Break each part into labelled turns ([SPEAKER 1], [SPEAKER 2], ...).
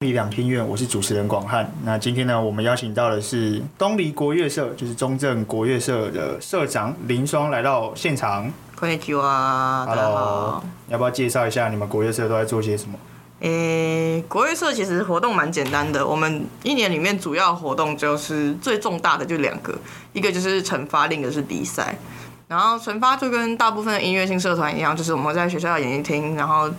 [SPEAKER 1] 力量听院，我是主持人广汉。那今天呢，我们邀请到的是东篱国乐社，就是中正国乐社的社长林双来到现场。
[SPEAKER 2] こんにちは，大家好。
[SPEAKER 1] 要不要介绍一下你们国乐社都在做些什么？
[SPEAKER 2] 诶、国乐社其实活动蛮简单的，我们一年里面主要活动就是最重大的就两个，一个就是惩罚，另一个是比赛。然后惩罚就跟大部分的音乐性社团一样，就是我们会在学校的演艺厅，然后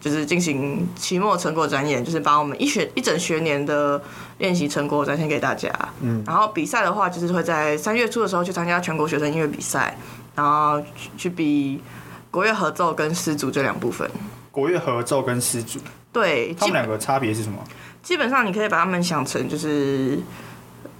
[SPEAKER 2] 就是进行期末成果展演，就是把我们一学一整学年的练习成果展现给大家。嗯，然后比赛的话，就是会在三月初的时候去参加全国学生音乐比赛，然后去去比国乐合奏跟诗组这两部分。
[SPEAKER 1] 国乐合奏跟诗组，
[SPEAKER 2] 对，
[SPEAKER 1] 他
[SPEAKER 2] 基
[SPEAKER 1] 们
[SPEAKER 2] 本
[SPEAKER 1] 两个差别是什么？
[SPEAKER 2] 基本上你可以把它们想成就是，呃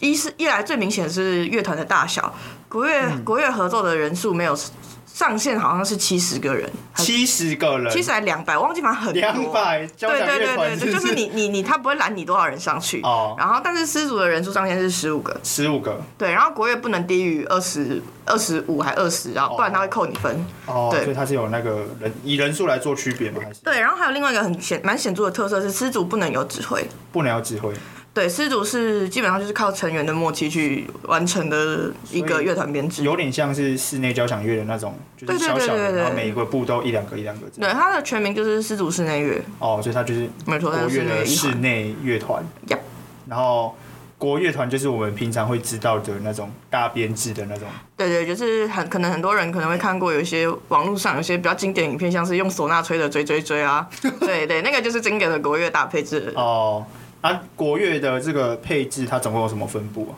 [SPEAKER 2] 一是一来最明显是乐团的大小，国乐、
[SPEAKER 1] 嗯
[SPEAKER 2] 国乐合奏的人数没有上限，好像是七十个人，
[SPEAKER 1] 七十个人，
[SPEAKER 2] 七十还两百，忘记反正很多。
[SPEAKER 1] 两百交
[SPEAKER 2] 对
[SPEAKER 1] 响
[SPEAKER 2] 对
[SPEAKER 1] 乐
[SPEAKER 2] 对
[SPEAKER 1] 团
[SPEAKER 2] 对对，就是你你你，他不会拦你多少人上去。
[SPEAKER 1] 哦
[SPEAKER 2] 然后，但是失主的人数上限是十五个，
[SPEAKER 1] 十五个
[SPEAKER 2] 对。然后国乐不能低于二十二十五还二十，然后不然他会扣你分。
[SPEAKER 1] 哦，
[SPEAKER 2] 对
[SPEAKER 1] 所以它是有那个人以人数来做区别吗？还是
[SPEAKER 2] 对，然后还有另外一个很显蛮显著的特色是失主不能有指挥。
[SPEAKER 1] 不能有指挥？
[SPEAKER 2] 对，狮组是基本上就是靠成员的默契去完成的一
[SPEAKER 1] 所
[SPEAKER 2] 个
[SPEAKER 1] 以
[SPEAKER 2] 乐团编制。
[SPEAKER 1] 有点像是室内交响乐的那种，就是
[SPEAKER 2] 对对
[SPEAKER 1] 小小
[SPEAKER 2] 对对
[SPEAKER 1] 的，
[SPEAKER 2] 对
[SPEAKER 1] 然后每一个部都一两个一两个这样。
[SPEAKER 2] 对，它的全名就是狮组室内乐，
[SPEAKER 1] 哦，所以它就是
[SPEAKER 2] 没错，它
[SPEAKER 1] 国
[SPEAKER 2] 就是
[SPEAKER 1] 乐的
[SPEAKER 2] 室内乐一
[SPEAKER 1] 室
[SPEAKER 2] 环。
[SPEAKER 1] 内乐团
[SPEAKER 2] Yep。
[SPEAKER 1] 然后国乐团就是我们平常会知道的那种大编制的那种，
[SPEAKER 2] 对对，就是很可能很多人可能会看过，有一些网络上有些比较经典影片，像是用唢呐吹的《追追 追》啊，对对，那个就是经典的国乐大配置。
[SPEAKER 1] 哦。啊，国乐的这个配置它总共有什么分布啊？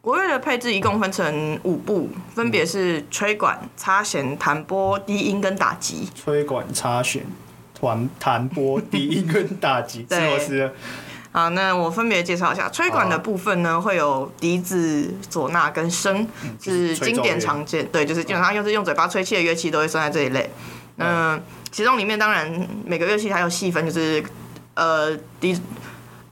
[SPEAKER 2] 国乐的配置一共分成五部，分别是吹管、擦弦、弹拨、低音跟打击。
[SPEAKER 1] 吹管、插弦、团弹拨、低音跟打击，是
[SPEAKER 2] 对
[SPEAKER 1] 螺丝。
[SPEAKER 2] 好，啊那我分别介绍一下吹管
[SPEAKER 1] 啊
[SPEAKER 2] 的部分呢，会有笛子、唢呐跟笙，
[SPEAKER 1] 嗯就是
[SPEAKER 2] 是
[SPEAKER 1] 吹奏乐嗯
[SPEAKER 2] 经典常见。对，就是基本上用是用嘴巴吹气的乐器都会算在这一类。那其中里面当然每个乐器还有细分，就是呃低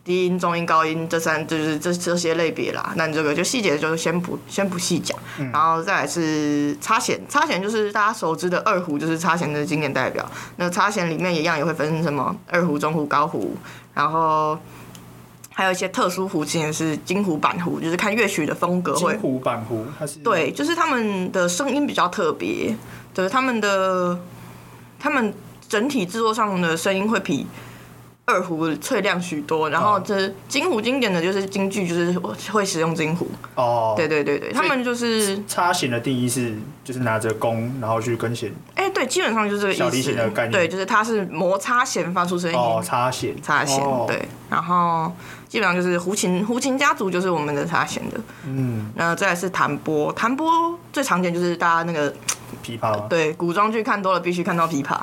[SPEAKER 2] 低音、中音、高音这三就是这这些类别啦。那这个就细节就先不先不细讲，
[SPEAKER 1] 嗯
[SPEAKER 2] 然后再来是擦弦，擦弦就是大家熟知的二胡，就是擦弦的经典代表。那擦弦里面一样也会分什么二胡、中胡、高胡，然后。还有一些特殊胡琴是金胡、板胡，就是看乐曲的风格会
[SPEAKER 1] 金胡、板胡，它是
[SPEAKER 2] 对，就是他们的声音比较特别，就是他们的他们整体制作上的声音会比二胡脆亮许多。然后
[SPEAKER 1] 哦
[SPEAKER 2] 这金胡经典的就是京剧，就是会使用金胡。
[SPEAKER 1] 哦，
[SPEAKER 2] 对对对对，他
[SPEAKER 1] 所以
[SPEAKER 2] 们就是
[SPEAKER 1] 插弦的定义是就是拿着弓，然后去跟弦
[SPEAKER 2] 哎、对，基本上就是这个意思。
[SPEAKER 1] 小提琴的概念
[SPEAKER 2] 对，就是它是摩擦弦发出声音。
[SPEAKER 1] 哦插弦
[SPEAKER 2] 擦弦
[SPEAKER 1] 哦，
[SPEAKER 2] 对，然后基本上就是胡琴，胡琴家族就是我们的擦弦的，
[SPEAKER 1] 嗯
[SPEAKER 2] 那再来是弹拨，弹拨最常见就是大家那个
[SPEAKER 1] 琵琶吗？
[SPEAKER 2] 对，古装剧看多了必须看到 琵琶，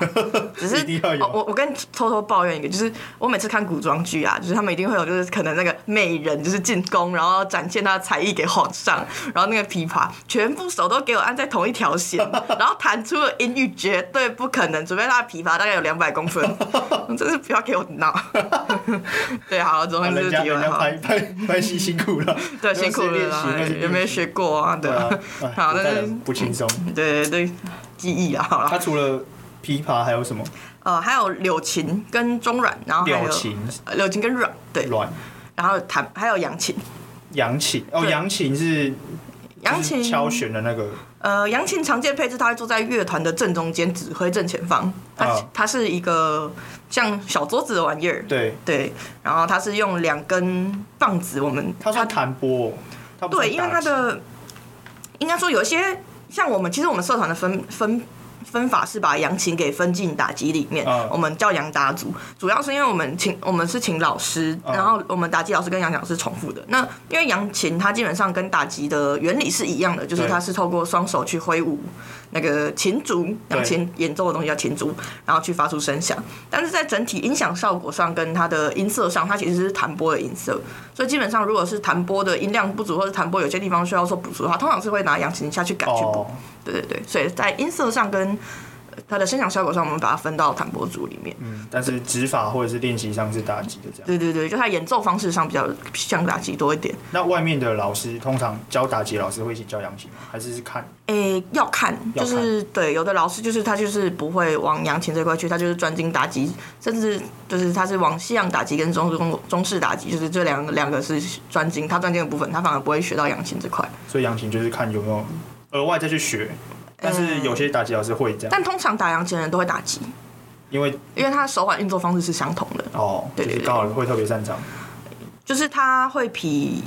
[SPEAKER 2] 只是
[SPEAKER 1] 一定要有
[SPEAKER 2] 哦我我跟你偷偷抱怨一个，就是我每次看古装剧啊，就是他们一定会有就是可能那个美人就是进宫，然后展现她的才艺给皇上，然后那个琵琶全部手都给我按在同一条弦，然后弹出的音域绝对不可能，除非他的琵琶大概有两百 公分，真是不要给我闹。对，好，总
[SPEAKER 1] 啊
[SPEAKER 2] 之就
[SPEAKER 1] 人
[SPEAKER 2] 是
[SPEAKER 1] 家
[SPEAKER 2] 题
[SPEAKER 1] 人
[SPEAKER 2] 外
[SPEAKER 1] 家
[SPEAKER 2] 话。
[SPEAKER 1] 拍拍拍戏辛苦了，
[SPEAKER 2] 对，辛苦
[SPEAKER 1] 没有
[SPEAKER 2] 了
[SPEAKER 1] 练习
[SPEAKER 2] 啦，
[SPEAKER 1] 那是
[SPEAKER 2] 也没学过啊，对
[SPEAKER 1] 对
[SPEAKER 2] 啊
[SPEAKER 1] 啊，哎，
[SPEAKER 2] 好，
[SPEAKER 1] 古
[SPEAKER 2] 但
[SPEAKER 1] 代
[SPEAKER 2] 是
[SPEAKER 1] 人不轻松。
[SPEAKER 2] 对对对，记忆啊，好了
[SPEAKER 1] 他。除了琵琶还有什么？
[SPEAKER 2] 呃，还有柳琴跟中阮，然后还有
[SPEAKER 1] 柳、琴、
[SPEAKER 2] 呃柳琴跟阮，对，
[SPEAKER 1] 阮、
[SPEAKER 2] 然后弹还有扬琴，
[SPEAKER 1] 扬琴。哦，
[SPEAKER 2] 对
[SPEAKER 1] 扬琴是
[SPEAKER 2] 扬琴
[SPEAKER 1] 就是敲弦的那个
[SPEAKER 2] 呃扬琴常见配置，它会坐在乐团的正中间，指挥正前方，它、
[SPEAKER 1] 啊
[SPEAKER 2] 它是一个像小桌子的玩意儿，
[SPEAKER 1] 对，
[SPEAKER 2] 对，然后它是用两根棒子，我们
[SPEAKER 1] 他算弹拨，他不
[SPEAKER 2] 对，
[SPEAKER 1] 算
[SPEAKER 2] 因为
[SPEAKER 1] 打
[SPEAKER 2] 它
[SPEAKER 1] 击
[SPEAKER 2] 的应该说有一些像我们，其实我们社团的分分分法是把扬琴给分进打击里面，
[SPEAKER 1] 嗯
[SPEAKER 2] 我们叫扬打组，主要是因为我们请我们是请老师，
[SPEAKER 1] 嗯
[SPEAKER 2] 然后我们打击老师跟扬老师重复的。那因为扬琴它基本上跟打击的原理是一样的，就是
[SPEAKER 1] 对
[SPEAKER 2] 它是透过双手去挥舞那个琴竹，扬
[SPEAKER 1] 对
[SPEAKER 2] 琴演奏的东西叫琴竹，然后去发出声响。但是在整体音响效果上跟它的音色上，它其实是弹拨的音色，所以基本上如果是弹拨的音量不足，或者弹拨有些地方需要做补足的话，通常是会拿扬琴下去改去补。
[SPEAKER 1] 哦，
[SPEAKER 2] 对对对，所以在音色上跟呃它的声响效果上，我们把它分到弹拨组里面。
[SPEAKER 1] 嗯，但是指法或者是练习上是打击的这样。
[SPEAKER 2] 对对对，就它演奏方式上比较像打击多一点。
[SPEAKER 1] 那外面的老师通常教打击，老师会一起教扬琴吗？还是是看？
[SPEAKER 2] 诶、要看，
[SPEAKER 1] 要
[SPEAKER 2] 就
[SPEAKER 1] 看
[SPEAKER 2] 是对，有的老师就是他就是不会往扬琴这块去，他就是专精打击，甚至就是他是往西洋打击跟中中中式打击，就是这两个两个是专精，他专精的部分，他反而不会学到扬琴这块。
[SPEAKER 1] 所以扬琴就是看有没有额外再去学。但是有些打击老师会这样，
[SPEAKER 2] 嗯但通常打扬琴的人都会打击，
[SPEAKER 1] 因为
[SPEAKER 2] 因为他的手腕运作方式是相同的，
[SPEAKER 1] 哦，就
[SPEAKER 2] 对对
[SPEAKER 1] 是
[SPEAKER 2] 对
[SPEAKER 1] 刚好会特别擅长。
[SPEAKER 2] 就是他会比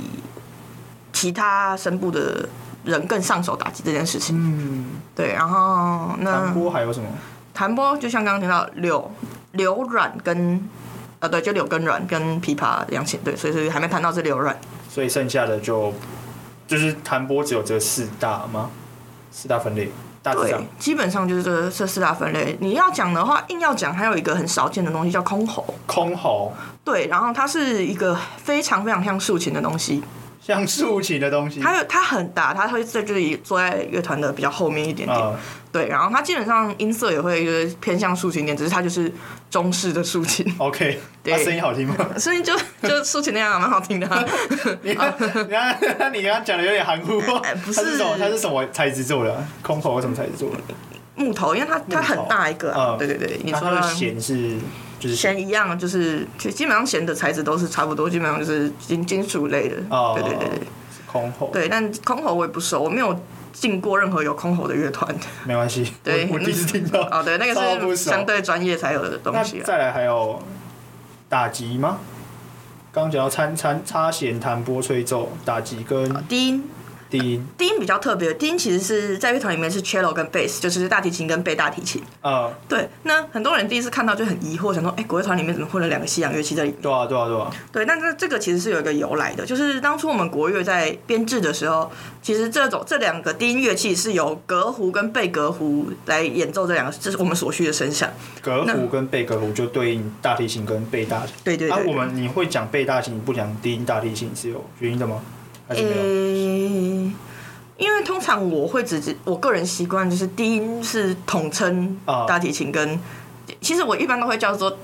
[SPEAKER 2] 其他声部的人更上手打击这件事情。
[SPEAKER 1] 嗯，
[SPEAKER 2] 对，然后那
[SPEAKER 1] 弹拨还有什么？
[SPEAKER 2] 弹拨就像刚刚听到柳柳软跟呃对，就柳跟软跟琵琶两琴对，所以是还没弹到是柳软。
[SPEAKER 1] 所以剩下的就就是弹拨只有这四大吗？四大分类，大致
[SPEAKER 2] 对
[SPEAKER 1] 上，
[SPEAKER 2] 基本上就是这这四大分类。你要讲的话，硬要讲，还有一个很少见的东西叫箜篌。
[SPEAKER 1] 箜篌
[SPEAKER 2] 对，然后它是一个非常非常像竖琴的东西，
[SPEAKER 1] 像竖琴的东西啊、
[SPEAKER 2] 它有它很大，它会在这里坐在乐团的比较后面一
[SPEAKER 1] 啊
[SPEAKER 2] 点点。对，然后它基本上音色也会就是偏向竖琴一点，只是它就是中式的竖琴，
[SPEAKER 1] o k
[SPEAKER 2] 对
[SPEAKER 1] 啊那声音好听吗？
[SPEAKER 2] 声音 就就竖琴那样、啊，蛮好听的啊、
[SPEAKER 1] 你看，你看， 你刚刚讲的有点含糊。
[SPEAKER 2] 哎不
[SPEAKER 1] 它是什么？
[SPEAKER 2] 是
[SPEAKER 1] 它是什么材质做的啊？空口什么材质做的？
[SPEAKER 2] 木头，因为它它很大一个、啊，
[SPEAKER 1] 嗯
[SPEAKER 2] 对对对，你
[SPEAKER 1] 那
[SPEAKER 2] 说
[SPEAKER 1] 它的
[SPEAKER 2] 到
[SPEAKER 1] 弦是就是
[SPEAKER 2] 弦一样，就是其实基本上弦的材质都是差不多，基本上就是金金属类的，
[SPEAKER 1] 哦
[SPEAKER 2] 对对对对
[SPEAKER 1] 空口，
[SPEAKER 2] 对。但箜篌我也不熟，我没有进过任何有箜篌的乐团。
[SPEAKER 1] 没关系。
[SPEAKER 2] 对
[SPEAKER 1] 我我第一次听到。
[SPEAKER 2] 哦，对，那
[SPEAKER 1] 超
[SPEAKER 2] 个
[SPEAKER 1] 不
[SPEAKER 2] 是
[SPEAKER 1] 熟
[SPEAKER 2] 相对专业才有的东
[SPEAKER 1] 那
[SPEAKER 2] 西啊。
[SPEAKER 1] 再来还有打击吗？刚刚讲到参参插弦、弹拨、吹奏、打击跟
[SPEAKER 2] 低音，
[SPEAKER 1] 低音，
[SPEAKER 2] 低音比较特别，低音其实是在乐团里面是 cello 跟 bass，就是大提琴跟贝大提琴。
[SPEAKER 1] 呃，
[SPEAKER 2] 对，那很多人第一次看到就很疑惑，想说，哎、国乐团里面怎么混了两个西洋乐器在里面？
[SPEAKER 1] 对啊，对啊，对啊，
[SPEAKER 2] 对，但是这个其实是有一个由来的，就是当初我们国乐在编制的时候，其实这种这两个低音乐器是由隔胡跟贝隔胡来演奏这两个，这是我们所需的声响。
[SPEAKER 1] 隔胡跟贝隔胡就对应大提琴跟贝大提琴。
[SPEAKER 2] 对对对
[SPEAKER 1] 啊，我们你会讲贝大提琴，不讲低音大提琴是有原因的吗？还是
[SPEAKER 2] 诶、
[SPEAKER 1] 没有？
[SPEAKER 2] 呃因为通常我会直接，我个人习惯就是低音是统称
[SPEAKER 1] 啊
[SPEAKER 2] 大提琴跟，其实我一般都会叫做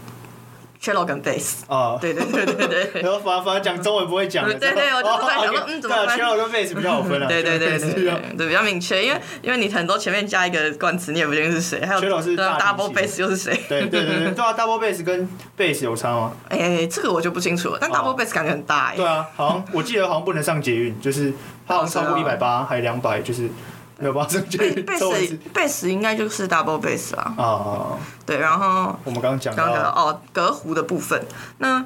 [SPEAKER 2] cello 跟 bass。
[SPEAKER 1] 啊、
[SPEAKER 2] 对对对对对。
[SPEAKER 1] 然后反反而讲中文不会讲的，
[SPEAKER 2] 呃嗯对对对我就是在想说嗯怎么
[SPEAKER 1] 对
[SPEAKER 2] 办
[SPEAKER 1] 啊，cello 跟 bass 比较好分啊。
[SPEAKER 2] 对对对对
[SPEAKER 1] 是啊
[SPEAKER 2] 对，对比较明确，因为因为你很多前面加一个冠词，你也不确定是谁，还有
[SPEAKER 1] Cello 是
[SPEAKER 2] 对啊
[SPEAKER 1] 大提
[SPEAKER 2] double
[SPEAKER 1] 琴
[SPEAKER 2] bass 又是谁？
[SPEAKER 1] 对对对对，对啊，double bass 跟 bass 有差吗？
[SPEAKER 2] 哎、这个我就不清楚了，但
[SPEAKER 1] 哦
[SPEAKER 2] double bass 感觉很大哎、
[SPEAKER 1] 对啊，好像我记得好像不能上捷运，就是它好像超过一
[SPEAKER 2] 哦
[SPEAKER 1] 百
[SPEAKER 2] 是
[SPEAKER 1] 八还两百，就是没有办法上捷运。
[SPEAKER 2] 贝
[SPEAKER 1] 这我是
[SPEAKER 2] 斯贝斯应该就是 double bass 啦，
[SPEAKER 1] 啊，
[SPEAKER 2] 对，然后
[SPEAKER 1] 我们刚刚讲
[SPEAKER 2] 刚刚讲到
[SPEAKER 1] 到
[SPEAKER 2] 哦，隔胡的部分，那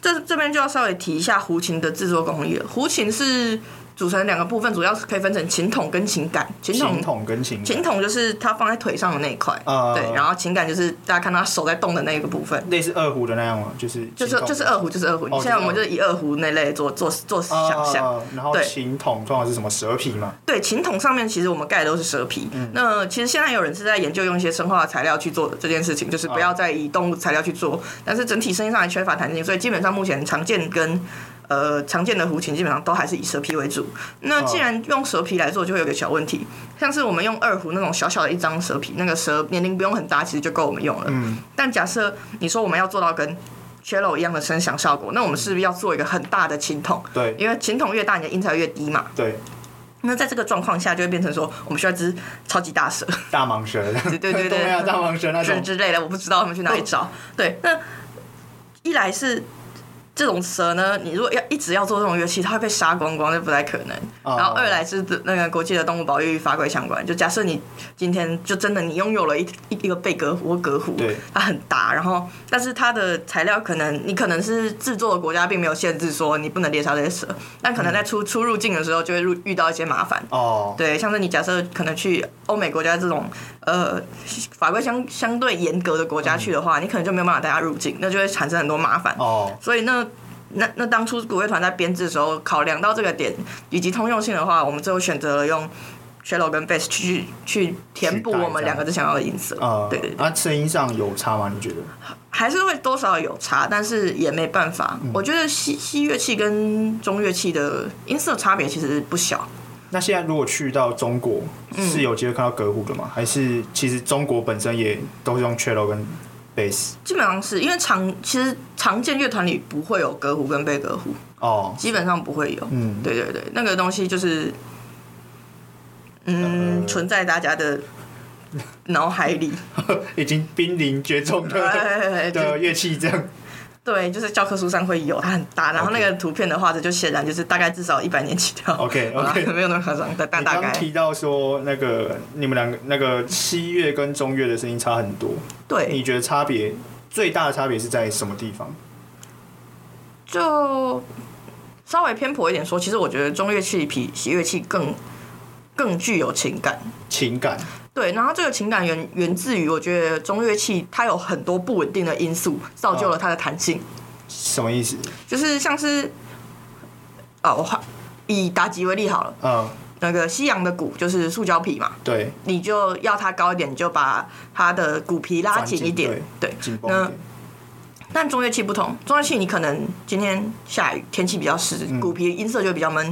[SPEAKER 2] 这这边就要稍微提一下胡琴的制作工艺了。胡琴是组成两个部分，主要是可以分成琴筒跟琴杆。琴
[SPEAKER 1] 琴
[SPEAKER 2] 筒
[SPEAKER 1] 筒跟琴
[SPEAKER 2] 琴筒就是它放在腿上的那一块，
[SPEAKER 1] 啊
[SPEAKER 2] 对，然后琴杆就是大家看到它手在动的那个部分。
[SPEAKER 1] 类似二胡的那样嘛，就是
[SPEAKER 2] 就是
[SPEAKER 1] 琴筒
[SPEAKER 2] 就是二胡，就是二胡。
[SPEAKER 1] 哦
[SPEAKER 2] 现在我们
[SPEAKER 1] 就
[SPEAKER 2] 就是是以二胡那类做做做想象。
[SPEAKER 1] 啊，然后
[SPEAKER 2] 对
[SPEAKER 1] 琴筒通常是什么蛇皮嘛？
[SPEAKER 2] 对，琴筒上面其实我们盖的都是蛇皮。那其实现在有人是在研究用一些生化材料去做这件事情，就是不要再以动物材料去做。但是整体声音上还缺乏弹性，所以基本上目前常见跟呃常见的胡琴基本上都还是以蛇皮为主。那既然用蛇皮来做，就会有个小问题，像是我们用二胡那种小小的一张蛇皮，那个蛇年龄不用很大，其实就够我们用了。
[SPEAKER 1] 嗯，
[SPEAKER 2] 但假设你说我们要做到跟 cello 一样的声响效果，那我们是不是要做一个很大的琴筒？
[SPEAKER 1] 对
[SPEAKER 2] 因为琴筒越大，你的音才会越低嘛。
[SPEAKER 1] 对，
[SPEAKER 2] 那在这个状况下，就会变成说，我们需要一只超级大蛇
[SPEAKER 1] 大蟒蛇，对
[SPEAKER 2] 对对对
[SPEAKER 1] 东南亚大蟒蛇那
[SPEAKER 2] 之
[SPEAKER 1] 种，
[SPEAKER 2] 之 类的，我不知道他们去哪里找。对，那一来是这种蛇呢，你如果要一直要做这种乐器，它会被杀光光，这不太可能。
[SPEAKER 1] 哦
[SPEAKER 2] 然后二来是那个国际的动物保育法规相关，就假设你今天就真的你拥有了一一一个贝壳虎或格虎
[SPEAKER 1] 对，
[SPEAKER 2] 它很大，然后但是它的材料可能你可能是制作的国家并没有限制说你不能猎杀这些蛇，但可能
[SPEAKER 1] 嗯
[SPEAKER 2] 在出、出入境的时候就会入遇到一些麻烦。
[SPEAKER 1] 哦，
[SPEAKER 2] 对，像是你假设可能去欧美国家这种呃法规相相对严格的国家
[SPEAKER 1] 嗯
[SPEAKER 2] 去的话，你可能就没有办法带它入境，那就会产生很多麻烦。
[SPEAKER 1] 哦，
[SPEAKER 2] 所以呢，那那当初国乐团在编制的时候，考量到这个点以及通用性的话，我们最后选择了用 cello 跟 bass 去去填补
[SPEAKER 1] 取代
[SPEAKER 2] 我们两个之前要的音色。
[SPEAKER 1] 呃，
[SPEAKER 2] 对对对，
[SPEAKER 1] 啊，声音上有差吗？你觉得？
[SPEAKER 2] 还是会多少有差，但是也没办法。我觉得西西乐器跟中乐器的音色差别其实不小。
[SPEAKER 1] 那现在如果去到中国，是有机会看到隔湖的吗？还是其实中国本身也都是用 cello 跟 bass？
[SPEAKER 2] 基本上是因为常其实常见乐团里不会有歌胡跟贝格胡，
[SPEAKER 1] 哦，
[SPEAKER 2] 基本上不会有。
[SPEAKER 1] 嗯，
[SPEAKER 2] 对对对，那个东西就是，
[SPEAKER 1] 呃
[SPEAKER 2] 嗯，存在大家的脑海 里。
[SPEAKER 1] 已经濒临绝种的
[SPEAKER 2] 哎对
[SPEAKER 1] 的乐器这样。
[SPEAKER 2] 对，就是教科书上会有，它很大。然后那个图片的话，这就显然就是大概至少一百年起跳。
[SPEAKER 1] 哦 OK，OK
[SPEAKER 2] 啊没有那么夸张，但但
[SPEAKER 1] 你
[SPEAKER 2] 大
[SPEAKER 1] 刚
[SPEAKER 2] 概
[SPEAKER 1] 刚提到说那个你们两个那个西乐跟中乐的声音差很多，
[SPEAKER 2] 对，
[SPEAKER 1] 你觉得差别最大的差别是在什么地方？
[SPEAKER 2] 就稍微偏颇一点说，其实我觉得中乐器比西乐器更更具有情感。
[SPEAKER 1] 情感
[SPEAKER 2] 对，然后这个情感源源自于我觉得中乐器它有很多不稳定的因素，造
[SPEAKER 1] 哦
[SPEAKER 2] 就了它的弹性，
[SPEAKER 1] 什么意思？
[SPEAKER 2] 就是像是，哦，我画以打击为例好了，
[SPEAKER 1] 嗯，
[SPEAKER 2] 那个西洋的鼓就是塑胶皮嘛，
[SPEAKER 1] 对，
[SPEAKER 2] 你就要它高一点，你就把它的骨皮拉紧一点
[SPEAKER 1] 反，
[SPEAKER 2] 对。
[SPEAKER 1] 紧绷一点。
[SPEAKER 2] 但中乐器不同，中乐器你可能今天下雨，天气比较湿，骨皮音色就会比较闷，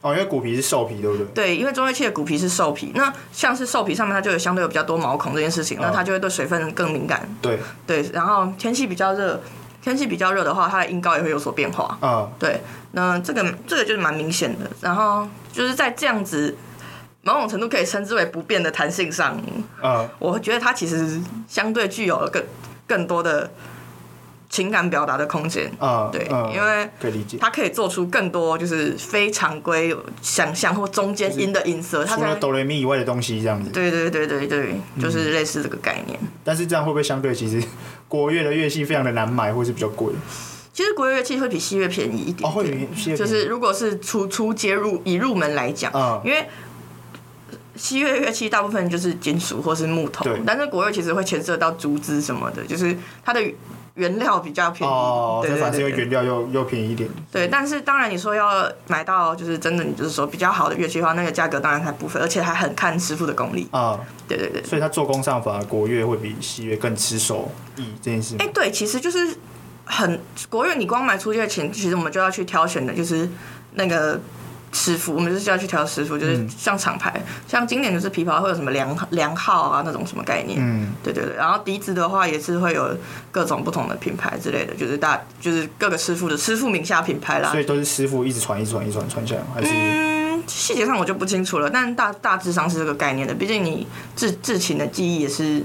[SPEAKER 1] 哦，因为骨皮是兽皮，对不对？
[SPEAKER 2] 对，因为中乐器的骨皮是兽皮，那像是兽皮上面它就有相对有比较多毛孔这件事情，那它就会对水分更敏感，
[SPEAKER 1] 对，
[SPEAKER 2] 对，然后天气比较热，天气比较热的话，它的音高也会有所变化。
[SPEAKER 1] 嗯，
[SPEAKER 2] 对，那这个这个就是蛮明显的。然后就是在这样子某种程度可以称之为不变的弹性上，
[SPEAKER 1] 嗯，
[SPEAKER 2] 我觉得它其实相对具有了更更多的情感表达的空间。
[SPEAKER 1] 嗯，
[SPEAKER 2] 对
[SPEAKER 1] 嗯
[SPEAKER 2] 因为
[SPEAKER 1] 可以理解。
[SPEAKER 2] 它可以做出更多就是非常规想象或中间音的音色，它
[SPEAKER 1] 除
[SPEAKER 2] 才
[SPEAKER 1] 了嗯哆来咪以外的东西这样子，
[SPEAKER 2] 对对对对对，就是类似这个概念。
[SPEAKER 1] 但是这样会不会相对其实国乐的乐器非常的难买，或是比较贵？
[SPEAKER 2] 其实国乐乐器会比西乐便宜一点
[SPEAKER 1] 哦，会
[SPEAKER 2] 点
[SPEAKER 1] 比西乐
[SPEAKER 2] 就
[SPEAKER 1] 便宜
[SPEAKER 2] 是如果是初初接入以入门来讲，
[SPEAKER 1] 嗯
[SPEAKER 2] 因为西乐乐器大部分就是金属或是木头
[SPEAKER 1] 对，
[SPEAKER 2] 但是国乐其实会牵涉到竹子什么的，就是它的原料比较便宜，
[SPEAKER 1] 哦，
[SPEAKER 2] 对
[SPEAKER 1] 那
[SPEAKER 2] 对
[SPEAKER 1] 反正因
[SPEAKER 2] 对
[SPEAKER 1] 为
[SPEAKER 2] 对。
[SPEAKER 1] 原料又又便宜一点，
[SPEAKER 2] 对，但是当然你说要买到就是真的，你就是说比较好的乐器的话，那个价格当然才不菲，而且还很看师傅的功力。
[SPEAKER 1] 啊，
[SPEAKER 2] 对对对，
[SPEAKER 1] 所以它做工上反而国乐会比西乐更吃手艺这件事吗
[SPEAKER 2] 哎、。对，其实就是很国乐，你光买出去的钱，其实我们就要去挑选的，就是那个师傅，我们就是要去挑师傅，就是
[SPEAKER 1] 嗯
[SPEAKER 2] 像厂牌，像今年就是琵琶会有什么梁梁号啊那种什么概念，
[SPEAKER 1] 嗯，
[SPEAKER 2] 对对对，然后笛子的话也是会有各种不同的品牌之类的，就是大就是各个师傅的师傅名下品牌啦
[SPEAKER 1] 所。以都是师傅一直传、一直传、一直传传下来吗，还是、
[SPEAKER 2] 啊嗯，细节上我就不清楚了，但大大致上是这个概念的。毕竟你制制琴的技艺也是，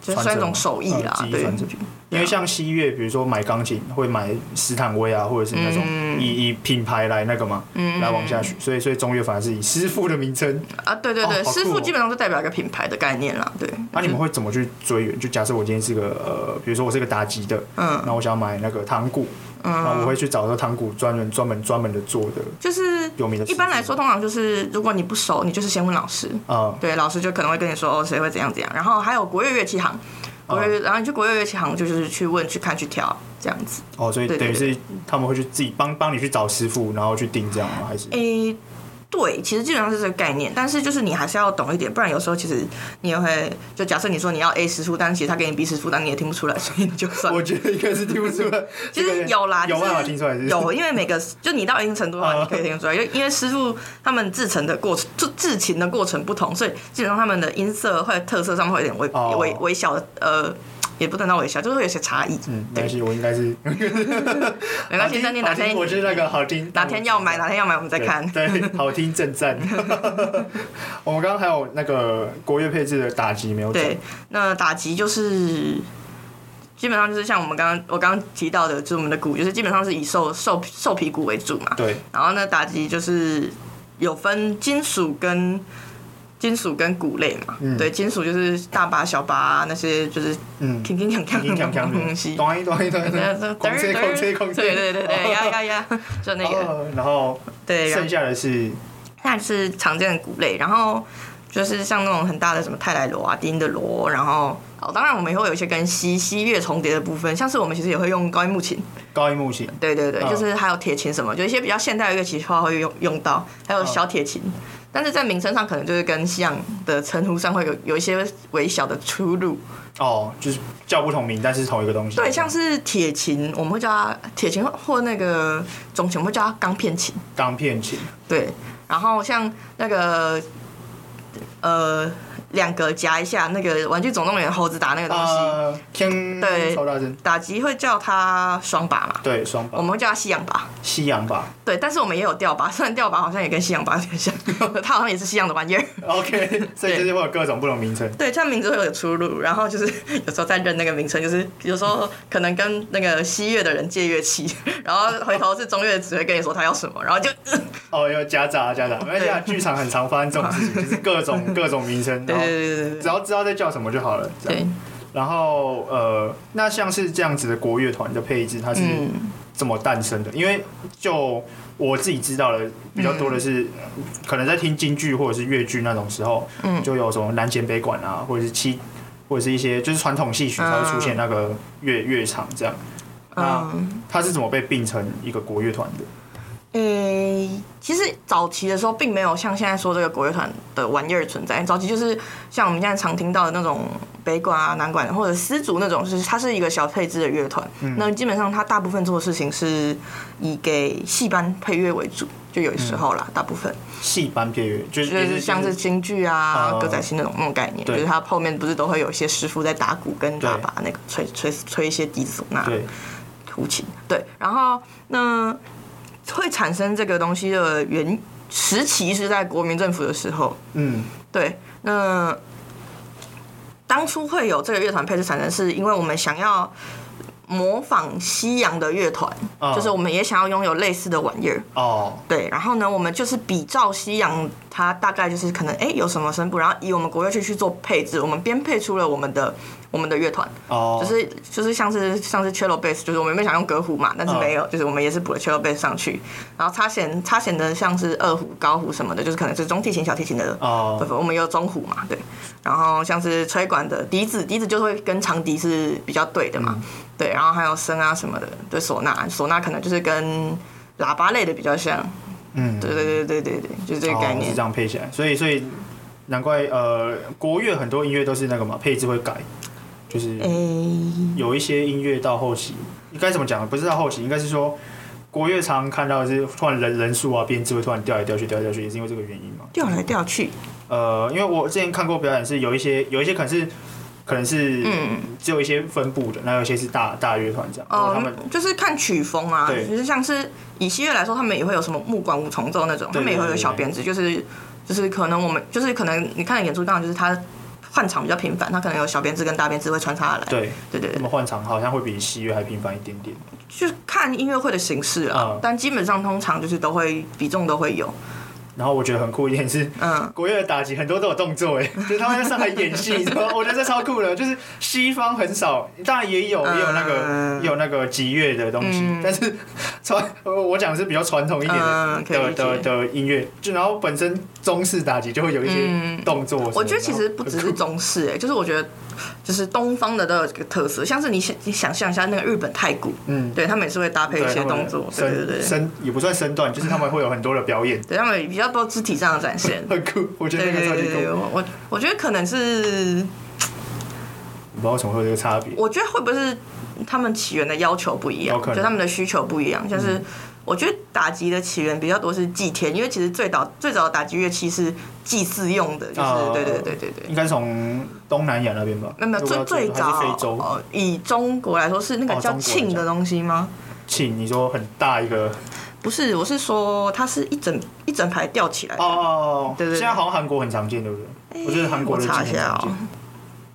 [SPEAKER 2] 就
[SPEAKER 1] 传
[SPEAKER 2] 算
[SPEAKER 1] 承
[SPEAKER 2] 一种
[SPEAKER 1] 嘛
[SPEAKER 2] 手艺
[SPEAKER 1] 嗯
[SPEAKER 2] 啦，
[SPEAKER 1] 技艺
[SPEAKER 2] 对
[SPEAKER 1] 传承因为像西乐，比如说买钢琴会买斯坦威啊，或者是那种
[SPEAKER 2] 嗯
[SPEAKER 1] 以以品牌来那个嘛，来往下去，所以所以中乐反而是以师傅的名称。
[SPEAKER 2] 啊，对对
[SPEAKER 1] 哦
[SPEAKER 2] 对，
[SPEAKER 1] 好酷
[SPEAKER 2] 师傅
[SPEAKER 1] 哦
[SPEAKER 2] 基本上就代表一个品牌的概念啦，对。
[SPEAKER 1] 那、啊你们会怎么去追源？就假设我今天是个呃，比如说我是个打击的，
[SPEAKER 2] 嗯
[SPEAKER 1] 那我想买那个糖鼓，那我会去找到糖鼓专门专门专门的做的，
[SPEAKER 2] 就是
[SPEAKER 1] 有名的
[SPEAKER 2] 一般来说，通常就是如果你不熟，你就是先问老师，
[SPEAKER 1] 呃，
[SPEAKER 2] 对，老师就可能会跟你说哦，谁会怎样怎样。然后还有国乐乐器行，
[SPEAKER 1] 哦
[SPEAKER 2] 国乐，然后你去国乐乐器行就是去问、去看、去挑这样子。
[SPEAKER 1] 哦，所以
[SPEAKER 2] 对
[SPEAKER 1] 等
[SPEAKER 2] 对
[SPEAKER 1] 于是他们会去自己帮帮你去找师傅，然后去定这样吗？还是？
[SPEAKER 2] 诶，对，其实基本上是这个概念，但是就是你还是要懂一点，不然有时候其实你也会就假设你说你要 A 师傅，但是其实他给你 B 师傅，但你也听不出来，所以你就算了。
[SPEAKER 1] 我觉得应该是听不出来，
[SPEAKER 2] 其实有啦，
[SPEAKER 1] 有
[SPEAKER 2] 就是
[SPEAKER 1] 办法听出来是不是哦
[SPEAKER 2] 有，因为每个就你到一定程度的话，你可以听出来，因为因为师傅他们制成的过程，就制琴的过程不同，所以基本上他们的音色或者特色上会有点微
[SPEAKER 1] 哦
[SPEAKER 2] 微微小的呃。也不能到微小，就是会有些差异。
[SPEAKER 1] 嗯，没
[SPEAKER 2] 对
[SPEAKER 1] 关，系，我应该是
[SPEAKER 2] 没关系，那你哪
[SPEAKER 1] 好
[SPEAKER 2] 天
[SPEAKER 1] 听我就是那个好听，
[SPEAKER 2] 哪天要买，哪天要买，我们再看。
[SPEAKER 1] 对， 对好听正赞。我们刚刚还有那个国乐配置的打击没有讲，
[SPEAKER 2] 对，那打击就是基本上就是像我们刚刚我刚刚提到的，就是我们的鼓，就是基本上是以兽兽兽皮鼓为主嘛。
[SPEAKER 1] 对，
[SPEAKER 2] 然后呢，打击就是有分金属跟金属跟骨类嘛。对，金属就是大把小把、那些，就是
[SPEAKER 1] 嗯，
[SPEAKER 2] 铿铿锵
[SPEAKER 1] 铿锵
[SPEAKER 2] 锵
[SPEAKER 1] 锵
[SPEAKER 2] 的东
[SPEAKER 1] 的，
[SPEAKER 2] 西。
[SPEAKER 1] 咚一咚一啊咚一咚，狂吹狂吹狂吹，
[SPEAKER 2] 嗯对对对对，呀呀呀，就那个，
[SPEAKER 1] 哦然后
[SPEAKER 2] 对，然后
[SPEAKER 1] 剩下的是
[SPEAKER 2] 那是常见的鼓类，然后就是像那种很大的什么泰来锣啊、低音的锣，然后哦，当然我们也会有一些跟西西乐重叠的部分，像是我们其实也会用高音木琴，
[SPEAKER 1] 高音木琴，
[SPEAKER 2] 对对对，
[SPEAKER 1] 嗯
[SPEAKER 2] 就是还有铁琴什么，就一些比较现代的乐器的话会用用到，还有小铁琴。但是在名称上可能就是跟西洋的称呼上会有有一些微小的出入。
[SPEAKER 1] 哦，就是叫不同名，但是同一个东西。
[SPEAKER 2] 对，像是铁琴，我们会叫它铁琴或那个钟琴，我们会叫它钢片琴。
[SPEAKER 1] 钢片琴，
[SPEAKER 2] 对，然后像那个呃两个夹一下那个《玩具总动员》猴子打那个东西，
[SPEAKER 1] 啊，天，
[SPEAKER 2] 对
[SPEAKER 1] 超大声，
[SPEAKER 2] 打击会叫它双把嘛，
[SPEAKER 1] 对，双
[SPEAKER 2] 我
[SPEAKER 1] 把，
[SPEAKER 2] 们会叫它西洋把。
[SPEAKER 1] 西洋把
[SPEAKER 2] 对，但是我们也有吊把，虽然吊把好像也跟西洋把有点像， 它好像也是西洋的玩意儿。
[SPEAKER 1] ，OK，所以就是会有各种不同名称。
[SPEAKER 2] 对，像名字会有出入，然后就是有时候在认那个名称，就是有时候可能跟那个西乐的人借乐器，然后回头是中乐只会跟你说他要什么，然后就
[SPEAKER 1] 哦，有夹杂夹杂，没关系啊，剧场很常发生这种事情，就是各 种各种名称，
[SPEAKER 2] 对
[SPEAKER 1] 然后
[SPEAKER 2] 对对对
[SPEAKER 1] 只
[SPEAKER 2] 对
[SPEAKER 1] 要知道在叫什么就好了。这样
[SPEAKER 2] 对，
[SPEAKER 1] 然后呃，那像是这样子的国乐团的配置，它是
[SPEAKER 2] 嗯
[SPEAKER 1] 怎么诞生的？因为就我自己知道的比较多的是，可能在听京剧或者是越剧那种时候，
[SPEAKER 2] 嗯
[SPEAKER 1] 就有什么南弦北管啊，或者是七，或者是一些就是传统戏曲才会出现那个乐乐场这样。那
[SPEAKER 2] 嗯，
[SPEAKER 1] 它是怎么被并成一个国乐团的？
[SPEAKER 2] 诶、其实早期的时候并没有像现在说这个国乐团的玩意儿存在，早期就是像我们现在常听到的那种北管啊、南管或者丝竹那种，就是它是一个小配置的乐团。
[SPEAKER 1] 嗯
[SPEAKER 2] 那基本上它大部分做的事情是以给戏班配乐为主，就有时候啦，大部分。
[SPEAKER 1] 戏班配乐就是
[SPEAKER 2] 就
[SPEAKER 1] 嗯也
[SPEAKER 2] 是像是京剧啊
[SPEAKER 1] 哦、
[SPEAKER 2] 歌仔戏那种那种概念，就
[SPEAKER 1] 对
[SPEAKER 2] 是它后面不是都会有一些师傅在打鼓跟打
[SPEAKER 1] 对
[SPEAKER 2] 把那个吹吹吹一些笛子唢呐、
[SPEAKER 1] 对
[SPEAKER 2] 胡琴，对，然后那会产生这个东西的原时期是在国民政府的时候，
[SPEAKER 1] 嗯
[SPEAKER 2] 对，那当初会有这个乐团配置产生，是因为我们想要模仿西洋的乐团，
[SPEAKER 1] 哦
[SPEAKER 2] 就是我们也想要拥有类似的玩意儿，
[SPEAKER 1] 哦
[SPEAKER 2] 对，然后呢，我们就是比照西洋，它大概就是可能哎有什么声部，然后以我们国乐器去做配置，我们编配出了我们的我们的乐团，
[SPEAKER 1] 哦，
[SPEAKER 2] 就是就是像是像是 cello bass，就是我们原本想用隔胡嘛，但
[SPEAKER 1] 嗯
[SPEAKER 2] 是没有，就是我们也是补了 cello bass 上去，然后插弦插弦的像是二胡、高胡什么的，就是可能是中提琴、小提琴的部
[SPEAKER 1] 哦
[SPEAKER 2] 分，我们也有中胡嘛，对，然后像是吹管的笛子，笛子就会跟长笛是比较对的嘛，
[SPEAKER 1] 嗯
[SPEAKER 2] 对，然后还有笙啊什么的，对，唢呐，唢呐可能就是跟喇叭类的比较像。
[SPEAKER 1] 嗯，
[SPEAKER 2] 对对对对对对，就是这个概
[SPEAKER 1] 哦、
[SPEAKER 2] 念。
[SPEAKER 1] 是这样配起来，所以所以难怪呃，国乐很多音乐都是那个嘛，配置会改，就是
[SPEAKER 2] 哎诶
[SPEAKER 1] 有一些音乐到后期，应该怎么讲？不是到后期，应该是说国乐常看到的是突然人人数啊编制会突然掉来掉去，掉来掉去，也是因为这个原因嘛。
[SPEAKER 2] 调来调去，
[SPEAKER 1] 呃，因为我之前看过表演是有一些有一些可能是可能是
[SPEAKER 2] 嗯，
[SPEAKER 1] 只有一些分布的，那有些是大大乐团这样，然后他
[SPEAKER 2] 哦
[SPEAKER 1] 们。，
[SPEAKER 2] 就是看曲风啊，
[SPEAKER 1] 对
[SPEAKER 2] 就是像是以西乐来说，他们也会有什么木管五重奏那种，他
[SPEAKER 1] 对对对
[SPEAKER 2] 们也会有小编制，就是就是可能我们就是可能你看的演出，当然就是他换场比较频繁，他可能有小编制跟大编制会穿插来。
[SPEAKER 1] 对，
[SPEAKER 2] 对对
[SPEAKER 1] 他
[SPEAKER 2] 对，
[SPEAKER 1] 们换场好像会比西乐还频繁一点点。
[SPEAKER 2] 就是看音乐会的形式啊
[SPEAKER 1] 嗯，
[SPEAKER 2] 但基本上通常就是都会比重都会有，
[SPEAKER 1] 然后我觉得很酷一点是，
[SPEAKER 2] 嗯，
[SPEAKER 1] 国乐的打击很多都有动作 哎，就是他们在上海演戏，你知道吗我觉得这超酷的。就是西方很少，当然也有也有那个、
[SPEAKER 2] 嗯
[SPEAKER 1] 也有那个吉乐的东西，
[SPEAKER 2] 嗯
[SPEAKER 1] 但是传呃我讲的是比较传统一点的、
[SPEAKER 2] 嗯可以
[SPEAKER 1] 的
[SPEAKER 2] 理解
[SPEAKER 1] 的的音乐，就然后本身中式打击就会有一些动作什么的、
[SPEAKER 2] 嗯我觉得其实不只
[SPEAKER 1] 然后
[SPEAKER 2] 是中式、哎，就是我觉得就是东方的都有这个特色，像是你想你想象一下那个日本太鼓，
[SPEAKER 1] 嗯。
[SPEAKER 2] 对他们也是会搭配一
[SPEAKER 1] 对
[SPEAKER 2] 些
[SPEAKER 1] 他们
[SPEAKER 2] 动作，对对
[SPEAKER 1] 身
[SPEAKER 2] 对对，
[SPEAKER 1] 身呃也不算身段，就是他们会有很多的表演，。
[SPEAKER 2] 对他们比较多肢体上的展现
[SPEAKER 1] 很酷。我觉得
[SPEAKER 2] 对
[SPEAKER 1] 那
[SPEAKER 2] 对
[SPEAKER 1] 个超级
[SPEAKER 2] 对
[SPEAKER 1] 酷，
[SPEAKER 2] 对，我我我觉得可能是，
[SPEAKER 1] 我不知道为什么会有这个差别。
[SPEAKER 2] 我觉得会不会是他们起源的要求不一样
[SPEAKER 1] 有可，能嗯
[SPEAKER 2] 就他们的需求不一样，就是。我觉得打击的起源比较多是祭天，因为其实最早最早的打击乐器是祭祀用的，就是、
[SPEAKER 1] 哦
[SPEAKER 2] 对对对对对。
[SPEAKER 1] 应该从东南亚那边吧？
[SPEAKER 2] 没有没有，
[SPEAKER 1] 如果
[SPEAKER 2] 最
[SPEAKER 1] 要
[SPEAKER 2] 最
[SPEAKER 1] 还
[SPEAKER 2] 早
[SPEAKER 1] 是非洲
[SPEAKER 2] 哦，以中国来说是那个
[SPEAKER 1] 哦
[SPEAKER 2] 叫
[SPEAKER 1] 中国来
[SPEAKER 2] 磬的
[SPEAKER 1] 讲
[SPEAKER 2] 东西吗？
[SPEAKER 1] 庆，你说很大一个
[SPEAKER 2] 不是，我是说它是一整一整排吊起来的。
[SPEAKER 1] 哦哦哦，
[SPEAKER 2] 对对对
[SPEAKER 1] 现在好像韩国很常见，对不对？我觉得韩国的
[SPEAKER 2] 我
[SPEAKER 1] 镜
[SPEAKER 2] 查
[SPEAKER 1] 很
[SPEAKER 2] 一下
[SPEAKER 1] 常
[SPEAKER 2] 哦
[SPEAKER 1] 见。。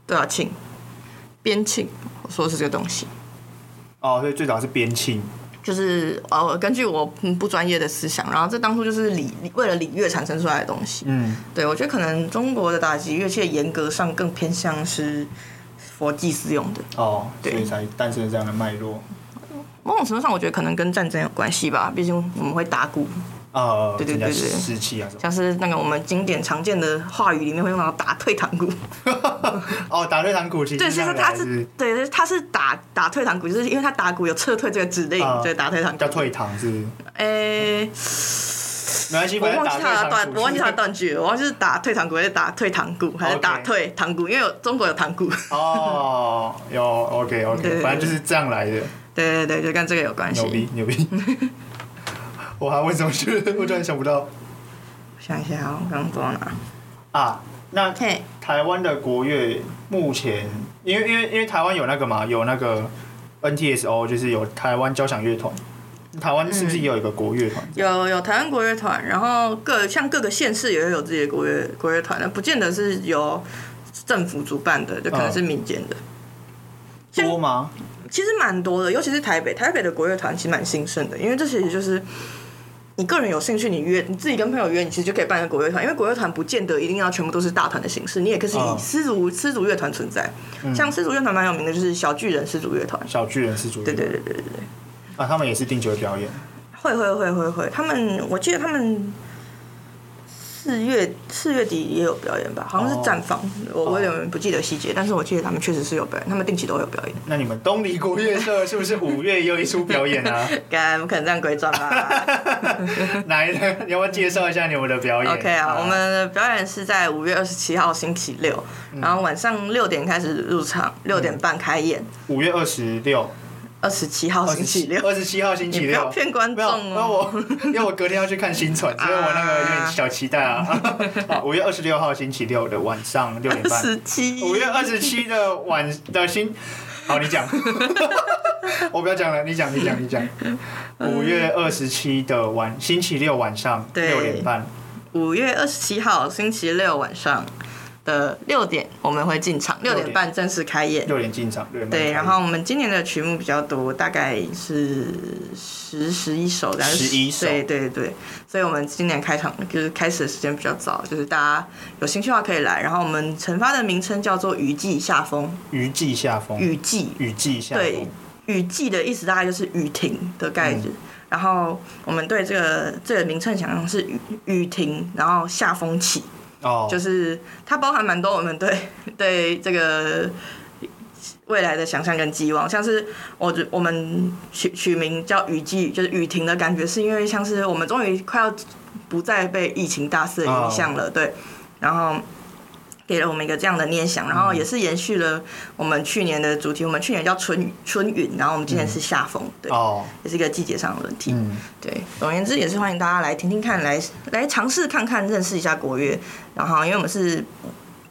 [SPEAKER 2] 对啊，磬，边磬，我说的是这个东西。
[SPEAKER 1] 哦，所以最早是边庆，
[SPEAKER 2] 就是呃，根据我嗯不专业的思想，然后这当初就是礼礼为了礼乐产生出来的东西。
[SPEAKER 1] 嗯，
[SPEAKER 2] 对我觉得可能中国的打击乐器的严格上更偏向是佛祭祀用的，
[SPEAKER 1] 哦，所
[SPEAKER 2] 对
[SPEAKER 1] 以才诞生了这样的脉络。
[SPEAKER 2] 某种程度上我觉得可能跟战争有关系吧，毕竟我们会打鼓，
[SPEAKER 1] 呃，
[SPEAKER 2] 对对
[SPEAKER 1] 增加
[SPEAKER 2] 对对对
[SPEAKER 1] 士气啊什么？
[SPEAKER 2] 像是那个我们经典常见的话语里面会用到打退堂 鼓。
[SPEAKER 1] 哦，打退堂鼓其实
[SPEAKER 2] 对，其实
[SPEAKER 1] 让人
[SPEAKER 2] 他
[SPEAKER 1] 还
[SPEAKER 2] 是对，就是他是打打退堂鼓，就是因为他打鼓有撤退这个指令，
[SPEAKER 1] 啊
[SPEAKER 2] 对，打退堂鼓
[SPEAKER 1] 叫。退堂是不是
[SPEAKER 2] 诶、
[SPEAKER 1] 没关系，
[SPEAKER 2] 我
[SPEAKER 1] 反正
[SPEAKER 2] 忘
[SPEAKER 1] 打
[SPEAKER 2] 记他的
[SPEAKER 1] 退堂
[SPEAKER 2] 断，
[SPEAKER 1] 鼓
[SPEAKER 2] 我忘记他的断句了，我忘记是打退堂鼓还是打退堂鼓，还是打
[SPEAKER 1] OK
[SPEAKER 2] 退堂鼓，因为有中国有堂鼓。
[SPEAKER 1] 哦，有 OK
[SPEAKER 2] 对对
[SPEAKER 1] OK，
[SPEAKER 2] 对
[SPEAKER 1] 反正就是这样来的，
[SPEAKER 2] 对对对，就跟这个有关系。
[SPEAKER 1] 牛逼牛 逼。我还为什么觉 得我突然想不到
[SPEAKER 2] 我想一下哦，我刚刚说到哪？
[SPEAKER 1] 啊？那
[SPEAKER 2] 嘿，
[SPEAKER 1] 台湾的国乐目前，因为因为因为台湾有那个嘛，有那个 NTSO，就是有台湾交响乐团，台湾是不是也有一个国乐团？
[SPEAKER 2] 有有台湾国乐团，然后各像各个县市也会有自己的国乐国乐团，那不见得是由政府主办的，就可能是民间的。像
[SPEAKER 1] 多吗？
[SPEAKER 2] 其实蛮多的，尤其是台北，台北的国乐团其实蛮兴盛的，因为这其实就是你个人有兴趣，你约你自己跟朋友约，你其实就可以办一个国乐团，因为国乐团不见得一定要全部都是大团的形式，你也可以是
[SPEAKER 1] 哦
[SPEAKER 2] 以丝竹丝竹乐团存在，像丝竹乐团蛮有名的，就是小巨人丝竹乐团，
[SPEAKER 1] 小巨人是主
[SPEAKER 2] 对
[SPEAKER 1] 角
[SPEAKER 2] 对对对对对，
[SPEAKER 1] 啊，他们也是定期会表演。
[SPEAKER 2] 会会会会会，他们我记得他们。四月四月底也有表演吧，好像是
[SPEAKER 1] 哦
[SPEAKER 2] 绽放，我我
[SPEAKER 1] 哦
[SPEAKER 2] 有点不记得细节，但是我记得他们确实是有表演，他们定期都会有表 演。
[SPEAKER 1] 那你们东篱国乐社是不是五月又一出表演 啊？
[SPEAKER 2] 该不可能这样鬼转吧？
[SPEAKER 1] 来，你要不要介绍一下你们的表演
[SPEAKER 2] OK 啊，我们的表演是在五月二十七号星期六，
[SPEAKER 1] 嗯
[SPEAKER 2] 然后晚上六点开始入场，六点半开演，
[SPEAKER 1] 五月二十六、
[SPEAKER 2] 二十七号哦星期六。
[SPEAKER 1] 二十七号星期
[SPEAKER 2] 你不要
[SPEAKER 1] 六。
[SPEAKER 2] 骗观
[SPEAKER 1] 没
[SPEAKER 2] 众
[SPEAKER 1] 有，那
[SPEAKER 2] 哦！
[SPEAKER 1] 我因为我隔天要去看新传，所以我那个有点小期待啊。好， 五月二十六号星期六的晚上六点
[SPEAKER 2] 二
[SPEAKER 1] 半，
[SPEAKER 2] 十七，
[SPEAKER 1] 五月二十七的晚的星，好，你讲， 我不要讲了，你讲，你讲，你讲。
[SPEAKER 2] 嗯
[SPEAKER 1] 五月二十七的晚，星期六晚上
[SPEAKER 2] 对
[SPEAKER 1] 六点半，
[SPEAKER 2] 五月二十七号星期六晚上的六点，我们会进场，六点半正式开演。
[SPEAKER 1] 六点进场，六点半开
[SPEAKER 2] 对，
[SPEAKER 1] 演。
[SPEAKER 2] 然后我们今年的曲目比较多，大概是十十一首，但是
[SPEAKER 1] 11首
[SPEAKER 2] 对对对，所以我们今年开场就是开始的时间比较早，就是大家有兴趣的话可以来。然后我们惩罚的名称叫做雨季下风，
[SPEAKER 1] 雨季下风，
[SPEAKER 2] 雨季
[SPEAKER 1] 雨季下
[SPEAKER 2] 对
[SPEAKER 1] 风，
[SPEAKER 2] 雨季的意思大概就是雨停的概念。然后我们对这个这个名称想象是雨雨停，然后下风起，
[SPEAKER 1] 哦，
[SPEAKER 2] 就是它包含蛮多我们对对这个未来的想象跟寄望，像是我觉我们取取名叫雨季，就是雨停的感觉，是因为像是我们终于快要不再被疫情大肆的影响了，对，然后。给了我们一个这样的念想，然后也是延续了我们去年的主题。我们去年叫春雨春云，然后我们今年是夏风，对，
[SPEAKER 1] 哦，
[SPEAKER 2] 也是一个季节上的轮替。
[SPEAKER 1] 嗯，
[SPEAKER 2] 对，总而言之也是欢迎大家来听听看，来来尝试看看，认识一下国乐。然后，因为我们是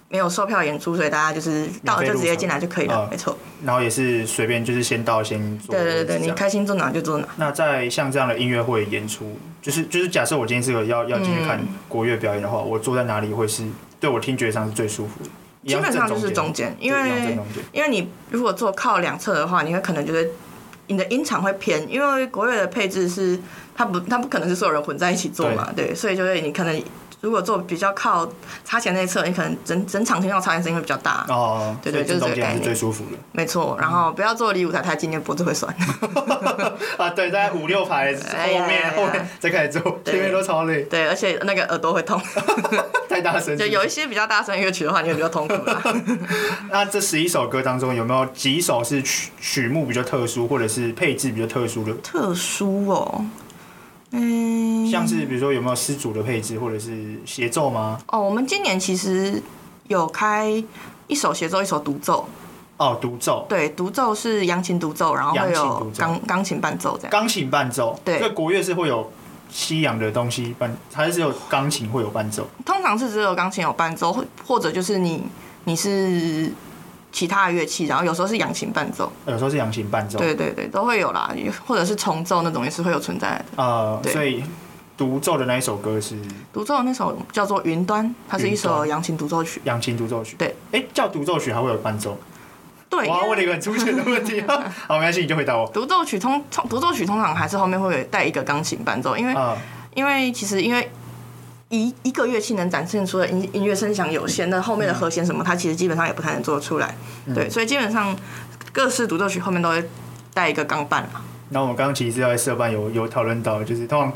[SPEAKER 2] 没有售票演出，所以大家就是到了就直接进来就可以了，
[SPEAKER 1] 嗯
[SPEAKER 2] 没错。
[SPEAKER 1] 然后也是随便就是先到先做，
[SPEAKER 2] 对对对，
[SPEAKER 1] 这
[SPEAKER 2] 你
[SPEAKER 1] 样
[SPEAKER 2] 开心坐哪就坐哪。
[SPEAKER 1] 那在像这样的音乐会演出，就是就是假设我今天是个要要进去
[SPEAKER 2] 嗯
[SPEAKER 1] 看国乐表演的话，我坐在哪里会是对我听觉上是最舒服的？一
[SPEAKER 2] 基
[SPEAKER 1] 样
[SPEAKER 2] 本上就是
[SPEAKER 1] 正
[SPEAKER 2] 中
[SPEAKER 1] 中间，
[SPEAKER 2] 间，因
[SPEAKER 1] 对一样正
[SPEAKER 2] 为
[SPEAKER 1] 中间
[SPEAKER 2] 因为你如果坐靠两侧的话，你会可能觉得你的音场会偏，因为国乐的配置是它不它不可能是所有人混在一起坐嘛，对，所以就会你可能如果坐比较靠擦前那一侧，你可能整整场听到擦前声音会比较大，
[SPEAKER 1] 哦，
[SPEAKER 2] 对对
[SPEAKER 1] 所以正中
[SPEAKER 2] 就是这个概
[SPEAKER 1] 间是
[SPEAKER 2] 念
[SPEAKER 1] 最舒服的。
[SPEAKER 2] 没
[SPEAKER 1] 嗯
[SPEAKER 2] 错。然后不要坐离舞台太近，你的脖子会 酸。
[SPEAKER 1] 啊，对，在五六排
[SPEAKER 2] 哎呀
[SPEAKER 1] 后面
[SPEAKER 2] 哎呀
[SPEAKER 1] 后面再开始做，
[SPEAKER 2] 对
[SPEAKER 1] 前面都超 累，
[SPEAKER 2] 对，而且那个耳朵会 痛，
[SPEAKER 1] 太大声。
[SPEAKER 2] 就有一些比较大声的乐曲的话，你会比较痛苦啦。
[SPEAKER 1] 那这十一首歌当中，有没有几首是曲曲目比较特殊，或者是配置比较 特殊的？
[SPEAKER 2] 特殊哦，嗯，
[SPEAKER 1] 像是比如说有没有失主的配置，或者是协奏吗？
[SPEAKER 2] 哦，我们今年其实有开一首协奏，一首独奏。
[SPEAKER 1] 哦，独奏、
[SPEAKER 2] 对，独奏是扬琴独奏，然后会
[SPEAKER 1] 扬琴
[SPEAKER 2] 有
[SPEAKER 1] 独奏
[SPEAKER 2] 钢钢琴伴奏这样。
[SPEAKER 1] 钢琴伴奏。
[SPEAKER 2] 对
[SPEAKER 1] 所以国乐是会有西洋的东西伴，还是只有钢琴会有伴奏？
[SPEAKER 2] 通常是只有钢琴有伴奏，或或者就是你你是其他的乐器，然后有时候是扬琴伴奏。
[SPEAKER 1] 有时候是扬琴伴奏。
[SPEAKER 2] 对对对，都会有啦，或者是重奏那种也是会有存在的。
[SPEAKER 1] 呃，
[SPEAKER 2] 对
[SPEAKER 1] 所以独奏的那一首歌是
[SPEAKER 2] 独奏的那首叫做《云端》，它是一
[SPEAKER 1] 云
[SPEAKER 2] 首
[SPEAKER 1] 端
[SPEAKER 2] 扬琴独奏曲。
[SPEAKER 1] 扬琴独奏曲。
[SPEAKER 2] 对，哎
[SPEAKER 1] 哎、叫独奏曲还会有伴奏？
[SPEAKER 2] 对，
[SPEAKER 1] 我要
[SPEAKER 2] 因为
[SPEAKER 1] 问了一个很粗浅的问 题，好，没关系，你就回答我。
[SPEAKER 2] 独奏曲通通独奏曲通常还是后面会有带一个钢琴伴奏，因为、
[SPEAKER 1] 啊、
[SPEAKER 2] 因为其实因为一一个乐器能展现出的音音乐声响有限，那后面的和弦什么，它其实基本上也不太能做得出来。
[SPEAKER 1] 嗯
[SPEAKER 2] 对，所以基本上各式独奏曲后面都会带一个钢伴啊。
[SPEAKER 1] 然后我们刚刚其实在社办有有讨论到，就是通常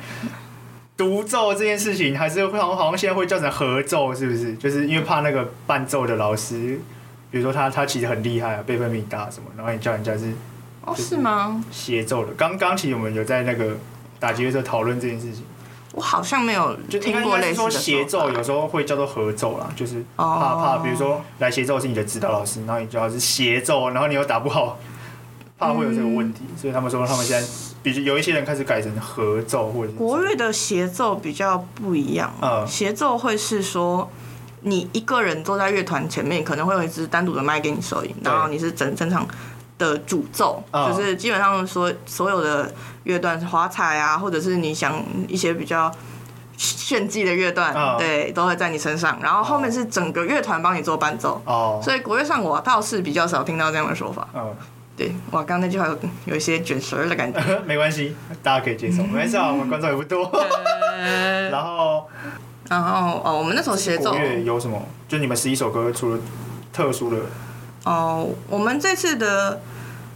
[SPEAKER 1] 独奏这件事情，还是会好像好像现在会叫成合奏，是不是？就是因为怕那个伴奏的老师，比如说他他其实很厉害啊，辈分比你大什么，然后你叫人家是
[SPEAKER 2] 哦，
[SPEAKER 1] 就是
[SPEAKER 2] 是吗？
[SPEAKER 1] 协奏的。刚刚其实我们有在那个打击乐社讨论这件事情，
[SPEAKER 2] 我好像没有
[SPEAKER 1] 就应
[SPEAKER 2] 听
[SPEAKER 1] 该
[SPEAKER 2] 过
[SPEAKER 1] 应该是
[SPEAKER 2] 类似的
[SPEAKER 1] 说协
[SPEAKER 2] 说
[SPEAKER 1] 奏
[SPEAKER 2] 法
[SPEAKER 1] 有时候会叫做合奏啦，就是怕、
[SPEAKER 2] 哦
[SPEAKER 1] 怕，比如说来协奏是你的指导老师，然后你就要是协奏，然后你又打不好， 怕会有这个问题，所以他们说他们现在比如有一些人开始改成合奏或者是
[SPEAKER 2] 国乐的协奏比较不一样，
[SPEAKER 1] 嗯
[SPEAKER 2] 协奏会是说。你一个人坐在乐团前面，可能会有一支单独的麦给你收音，
[SPEAKER 1] 对
[SPEAKER 2] 然后你是整整场的主奏，
[SPEAKER 1] 嗯
[SPEAKER 2] 就是基本上所所有的乐段华彩啊，或者是你想一些比较炫技的乐段，
[SPEAKER 1] 嗯
[SPEAKER 2] 对，都会在你身上。然后后面是整个乐团帮你做伴奏，
[SPEAKER 1] 哦，
[SPEAKER 2] 所以国乐上我倒是比较少听到这样的说法。
[SPEAKER 1] 嗯，
[SPEAKER 2] 对，哇，刚刚那句话有有一些卷舌儿的感觉。
[SPEAKER 1] 没关系，大家可以接
[SPEAKER 2] 嗯
[SPEAKER 1] 受，没事啊，我们观众也不多。 然后
[SPEAKER 2] 然后哦，我们那首呃协奏
[SPEAKER 1] 国乐有什么？就你们十一首歌除了特殊的
[SPEAKER 2] 哦，我们这次的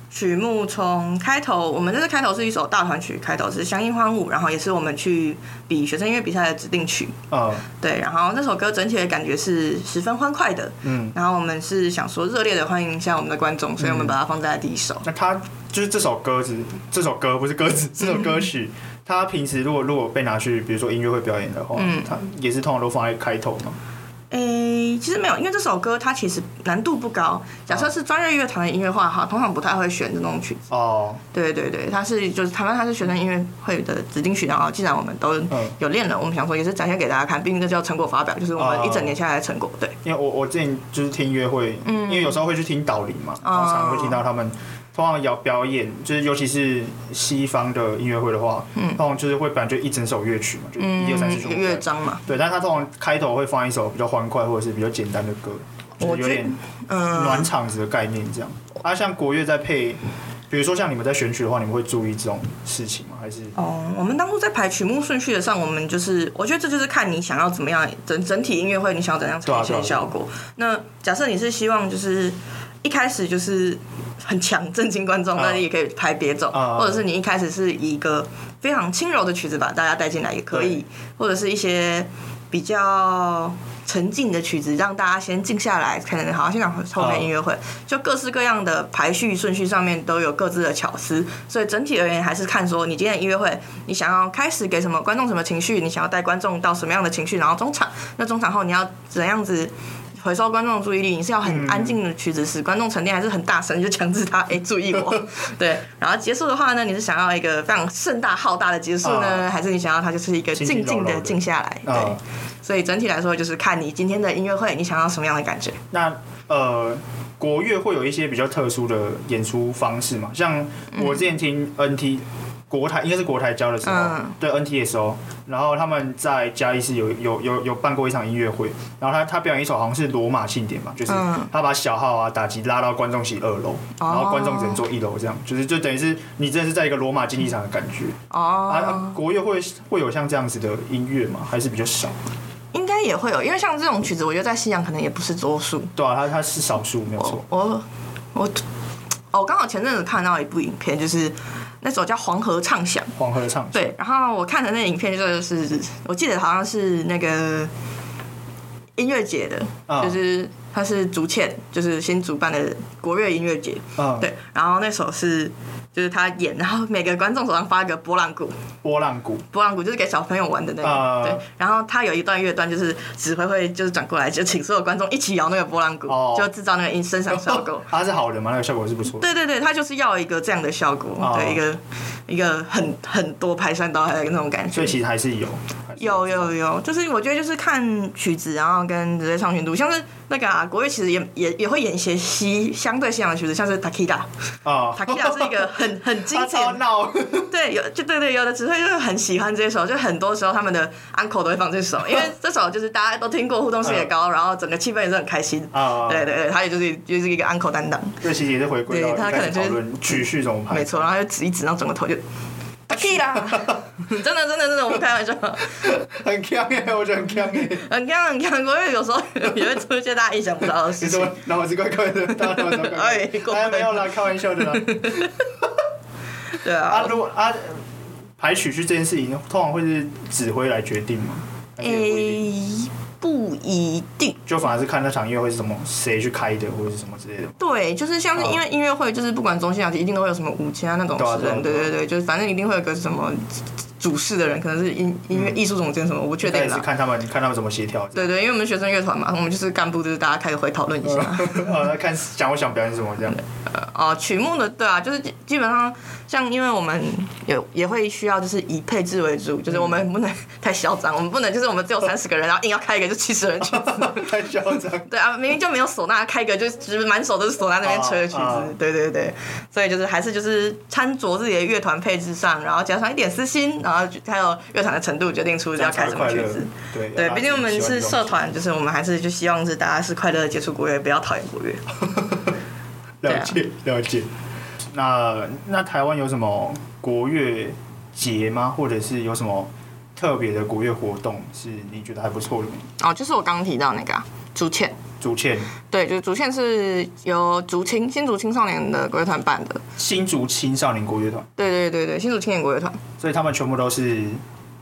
[SPEAKER 2] 曲目从开头，我们这次开头是一首大团曲，开头是《相应欢舞》，然后也是我们去比学生音乐比赛的指定曲。
[SPEAKER 1] 呃
[SPEAKER 2] 对，然后那首歌整体的感觉是十分欢快的。
[SPEAKER 1] 嗯，
[SPEAKER 2] 然后我们是想说热烈的欢迎一下我们的观众，所以我们把它放在第一首。
[SPEAKER 1] 那他就是这首歌子，这首歌不是歌子，这首歌曲，他平时如果如果被拿去，比如说音乐会表演的话，
[SPEAKER 2] 嗯
[SPEAKER 1] 他也是通常都放在开头嘛。
[SPEAKER 2] 诶，其实没有，因为这首歌它其实难度不高。假设是专业乐团的音乐化的话，通常不太会选这种曲子。
[SPEAKER 1] 哦，
[SPEAKER 2] 对对对，它是就是台湾它是学生音乐会的指定曲，然后既然我们都
[SPEAKER 1] 嗯
[SPEAKER 2] 有练了，我们想说也是展现给大家看，毕竟这叫成果发表，就是我们
[SPEAKER 1] 哦
[SPEAKER 2] 一整年下来的成果。对，
[SPEAKER 1] 因为我我之前就是听音乐会，
[SPEAKER 2] 嗯
[SPEAKER 1] 因为有时候会去听导聆嘛，然后常常会听到他们。通常要表演，就是尤其是西方的音乐会的话，
[SPEAKER 2] 嗯
[SPEAKER 1] 通常就是会本来就一整首乐曲嘛，就一二三四
[SPEAKER 2] 嗯
[SPEAKER 1] 五，
[SPEAKER 2] 乐章嘛，
[SPEAKER 1] 对，但是他通常开头会放一首比较欢快或者是比较简单的歌，就是
[SPEAKER 2] 我
[SPEAKER 1] 有
[SPEAKER 2] 觉
[SPEAKER 1] 点暖
[SPEAKER 2] 嗯，
[SPEAKER 1] 场子的概念这样。啊，像国乐在配，比如说像你们在选曲的话，你们会注意这种事情吗？还是
[SPEAKER 2] 哦，我们当初在排曲目顺序的上，我们就是我觉得这就是看你想要怎么样整整体音乐会，你想要怎样
[SPEAKER 1] 对啊对
[SPEAKER 2] 呈
[SPEAKER 1] 啊
[SPEAKER 2] 现
[SPEAKER 1] 对啊
[SPEAKER 2] 效果。那假设你是希望就是一开始就是很强震惊观众，
[SPEAKER 1] 啊
[SPEAKER 2] 那你也可以排别种，
[SPEAKER 1] 啊
[SPEAKER 2] 或者是你一开始是以一个非常轻柔的曲子把大家带进来也可以
[SPEAKER 1] 对，
[SPEAKER 2] 或者是一些比较。沉静的曲子，让大家先静下来，可能好好欣赏后面音乐会。就各式各样的排序顺序上面都有各自的巧思，所以整体而言还是看说你今天的音乐会，你想要开始给什么观众什么情绪，你想要带观众到什么样的情绪，然后中场，那中场后你要怎样子。回收观众的注意力，你是要很安静的曲子使观众沉淀，还是很大声就强制他哎、注意我？对，然后结束的话呢，你是想要一个非常盛大浩大的结束呢，
[SPEAKER 1] 啊
[SPEAKER 2] 还是你想要它就是一个
[SPEAKER 1] 轻
[SPEAKER 2] 静
[SPEAKER 1] 轻
[SPEAKER 2] 静
[SPEAKER 1] 柔
[SPEAKER 2] 的
[SPEAKER 1] 柔的
[SPEAKER 2] 静下来？对
[SPEAKER 1] 啊，
[SPEAKER 2] 所以整体来说就是看你今天的音乐会你想要什么样的感觉。
[SPEAKER 1] 那呃，国乐会有一些比较特殊的演出方式嘛？像我之前听 NT、国台，应该是国台教的时候，
[SPEAKER 2] 嗯
[SPEAKER 1] 对 NT 的时候，然后他们在嘉义市有有有有办过一场音乐会，然后他他表演一首好像是罗马庆典嘛，就是
[SPEAKER 2] 嗯哦
[SPEAKER 1] 他把小号啊打击拉到观众席二楼，然后观众只能坐一楼，这样就是就等于是你真的是在一个罗马竞技场的感觉。
[SPEAKER 2] 哦、
[SPEAKER 1] 啊，啊国乐会会有像这样子的音乐吗？还是比较少？
[SPEAKER 2] 应该也会有，因为像这种曲子，我觉得在西洋可能也不是多数。
[SPEAKER 1] 对啊，它它是少数，没有错
[SPEAKER 2] 我。我我哦，刚好前阵子看到一部影片，就是那首叫《黄河畅想》。
[SPEAKER 1] 黄合唱
[SPEAKER 2] 对，然后我看的那影片就是，我记得好像是那个音乐节的，
[SPEAKER 1] 嗯
[SPEAKER 2] 就是它是竹堑，就是新主办的国乐音乐节。
[SPEAKER 1] 嗯，
[SPEAKER 2] 对，然后那首是就是他演，然后每个观众手上发一个拨浪鼓，
[SPEAKER 1] 波浪鼓
[SPEAKER 2] 拨浪鼓就是给小朋友玩的那个，
[SPEAKER 1] 啊
[SPEAKER 2] 对。然后他有一段乐段，就是指挥会就是转过来，就请所有观众一起摇那个拨浪鼓，
[SPEAKER 1] 哦
[SPEAKER 2] 就制造那个音声响效 果。
[SPEAKER 1] 它是好的嘛？那个效果是不错。
[SPEAKER 2] 对对对，他就是要一个这样的效果，
[SPEAKER 1] 哦
[SPEAKER 2] 对一个一个很很多排山倒海的那种感觉。
[SPEAKER 1] 所以其实还是有，还是
[SPEAKER 2] 有有有，就是我觉得就是看曲子，然后跟直接唱旋度，像是那个、啊、国乐其实也也也会演一些西相对西洋的曲子，像是 Takida，Takida
[SPEAKER 1] 啊，
[SPEAKER 2] 是一个很很经
[SPEAKER 1] 他 超
[SPEAKER 2] 典，
[SPEAKER 1] 闹，
[SPEAKER 2] 对，有就对对，有的指挥就是很喜欢这首，就很多时候他们的 uncle 都会放这首，因为这首就是大家都听过，互动性也高，然后整个气氛也是很开心。
[SPEAKER 1] 啊
[SPEAKER 2] 对对对，他也就是就是一个 uncle 担当，
[SPEAKER 1] 这其实也是回归到
[SPEAKER 2] 对他
[SPEAKER 1] 一
[SPEAKER 2] 可
[SPEAKER 1] 开始
[SPEAKER 2] 能就是嗯
[SPEAKER 1] 讨论曲序怎么排，
[SPEAKER 2] 没错，然后他就指一指，然后整个头就。打 key 啦！真的真的真的，我不开玩笑，
[SPEAKER 1] 很强耶，我觉得很强欸耶。
[SPEAKER 2] 很看很看，国乐有时候也会出现大家意想不到的
[SPEAKER 1] 你
[SPEAKER 2] 事情
[SPEAKER 1] 说。脑子怪怪的，大家脑子怪怪
[SPEAKER 2] 哎
[SPEAKER 1] 的，
[SPEAKER 2] 过分
[SPEAKER 1] 哎，没有啦，开玩笑的啦。
[SPEAKER 2] 对
[SPEAKER 1] 啊
[SPEAKER 2] 啊，，
[SPEAKER 1] 如果啊，排曲序这件事情，通常会是指挥来决定吗？还是也不一定
[SPEAKER 2] 诶，哎不一定。
[SPEAKER 1] 就反而是看那场音乐会是什么，谁去开的，或者是什么之类的。
[SPEAKER 2] 对，就是像是因为音乐会，就是不管中西两极，一定都会有什么五千啊那种
[SPEAKER 1] 嗯对啊
[SPEAKER 2] 诗人，
[SPEAKER 1] 对
[SPEAKER 2] 对
[SPEAKER 1] 啊对啊
[SPEAKER 2] 对对，就是反正一定会有个什么主事的人，可能是音音乐艺术总监什么，我不确
[SPEAKER 1] 那
[SPEAKER 2] 定
[SPEAKER 1] 嗯也是
[SPEAKER 2] 啦。
[SPEAKER 1] 看他们看他们怎么协调。
[SPEAKER 2] 对对，因为我们学生乐团嘛，我们就是干部，就是大家开个会讨论一下。
[SPEAKER 1] 嗯 好，那哦看想我想表演什么这样。
[SPEAKER 2] 哦，曲目的对啊，就是基基本上像，因为我们也也会需要就是以配置为主，
[SPEAKER 1] 嗯
[SPEAKER 2] 就是我们不能 太嚣张，我们不能就是我们只有三十个人，然后硬要开一个就七十人曲子。
[SPEAKER 1] 太嚣张。
[SPEAKER 2] 对啊，明明就没有唢呐，开一个就是只是满手都是唢呐那边吹的曲子。
[SPEAKER 1] 啊啊
[SPEAKER 2] 对对对，所以就是还是就是参酌自己的乐团配置上，然后加上一点私心，然后还有乐团的程度决定出要开什么曲子。？
[SPEAKER 1] 对
[SPEAKER 2] 对，毕竟我们是社，团，就是我们还是就希望是大家是快乐的接触国乐，不要讨厌国乐。啊
[SPEAKER 1] 了解了解。那那台湾有什么国乐节吗？或者是有什么特别的国乐活动是你觉得还不错的吗？
[SPEAKER 2] 哦，就是我刚刚提到那个、啊、竹堑。
[SPEAKER 1] 竹堑
[SPEAKER 2] 对，就是竹堑是由竹青新竹青少年的国乐团办的。
[SPEAKER 1] 新竹青少年国乐团，
[SPEAKER 2] 对对对对，新竹青年国乐团，
[SPEAKER 1] 所以他们全部都是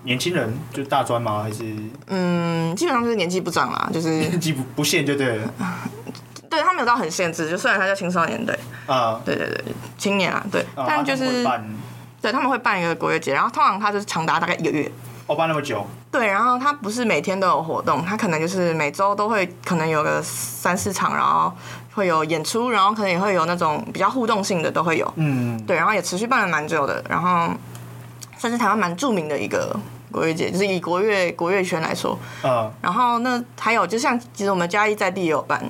[SPEAKER 1] 年轻人，就大专吗？还是
[SPEAKER 2] 嗯，基本上就是年纪不长啦，就是
[SPEAKER 1] 年纪不不限就对了
[SPEAKER 2] 对他没有到很限制，就虽然他叫青少年队，
[SPEAKER 1] 啊。
[SPEAKER 2] 对对对，青年啊，对，
[SPEAKER 1] 啊
[SPEAKER 2] 但就
[SPEAKER 1] 他们
[SPEAKER 2] 是
[SPEAKER 1] 会办
[SPEAKER 2] 对他们会办一个国乐节，然后通常它就是长达大概一个月。
[SPEAKER 1] 哦，办那么久，
[SPEAKER 2] 对，然后它不是每天都有活动，它可能就是每周都会可能有个三四场，然后会有演出，然后可能也会有那种比较互动性的都会有。
[SPEAKER 1] 嗯，
[SPEAKER 2] 对，然后也持续办了蛮久的，然后算是台湾蛮著名的一个国乐节，就是以国乐国乐圈来说。
[SPEAKER 1] 啊，
[SPEAKER 2] 然后那还有就像其实我们嘉义在地也有办，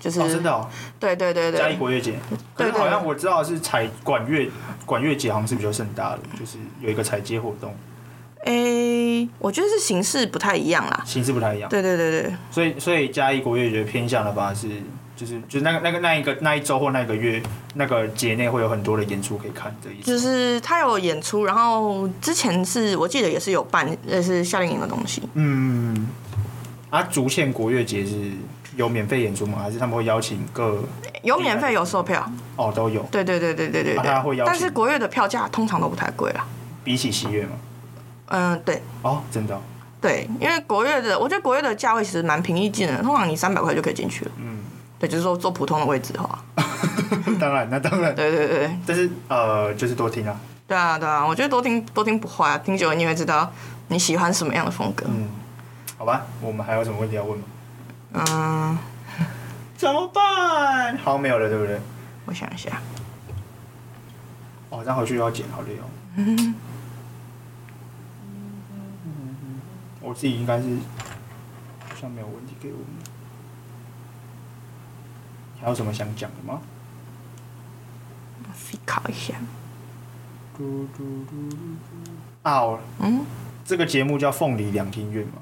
[SPEAKER 2] 就是、
[SPEAKER 1] 哦，真的哦，
[SPEAKER 2] 对对对
[SPEAKER 1] 嘉义
[SPEAKER 2] 对
[SPEAKER 1] 国乐节，可
[SPEAKER 2] 对
[SPEAKER 1] 是
[SPEAKER 2] 对
[SPEAKER 1] 好像我知道是彩管乐管乐节好像是比较盛大的，就是有一个彩街活动，
[SPEAKER 2] 诶、我觉得是形式不太一样啦。
[SPEAKER 1] 形式不太一样。
[SPEAKER 2] 对对对对
[SPEAKER 1] 所以所以嘉义国乐节偏向的吧是就是就是那个那个那一个那一周或那个月那个节内会有很多的演出可以看的意思。
[SPEAKER 2] 就是他有演出，然后之前是我记得也是有办类似夏令营的东西，
[SPEAKER 1] 嗯，啊，竹堑国乐节是有免费演出吗？还是他们会邀请各
[SPEAKER 2] 有免费有售票，
[SPEAKER 1] 哦都有？
[SPEAKER 2] 对对对对对对
[SPEAKER 1] 啊他会
[SPEAKER 2] 对。
[SPEAKER 1] 邀请
[SPEAKER 2] 但是国乐的票价通常都不太贵啦。
[SPEAKER 1] 比起西乐嘛，
[SPEAKER 2] 嗯，对，
[SPEAKER 1] 哦，真的哦、
[SPEAKER 2] 对，因为国乐的，我觉得国乐的价位其实蛮平易近人的，通常你三百块就可以进去了。
[SPEAKER 1] 嗯，
[SPEAKER 2] 对，就是说坐普通的位置的话，
[SPEAKER 1] 当然那当然，
[SPEAKER 2] 对对对
[SPEAKER 1] 但是呃就是多听啊，
[SPEAKER 2] 对啊对啊，我觉得多听多听不坏啊，听久了你也会知道你喜欢什么样的风格。
[SPEAKER 1] 嗯，好吧，我们还有什么问题要问吗？
[SPEAKER 2] 嗯，
[SPEAKER 1] 怎么办？好像没有了，对不对？
[SPEAKER 2] 我想一下，
[SPEAKER 1] 哦，这样回去又要剪，好累哦。 我自己应该是好像没有问题给我们。还有什么想讲的吗？
[SPEAKER 2] 我思考一下。
[SPEAKER 1] 嘟嘟嘟嘟嘟啊，我
[SPEAKER 2] 嗯
[SPEAKER 1] 这个节目叫《凤梨两厅院》嘛，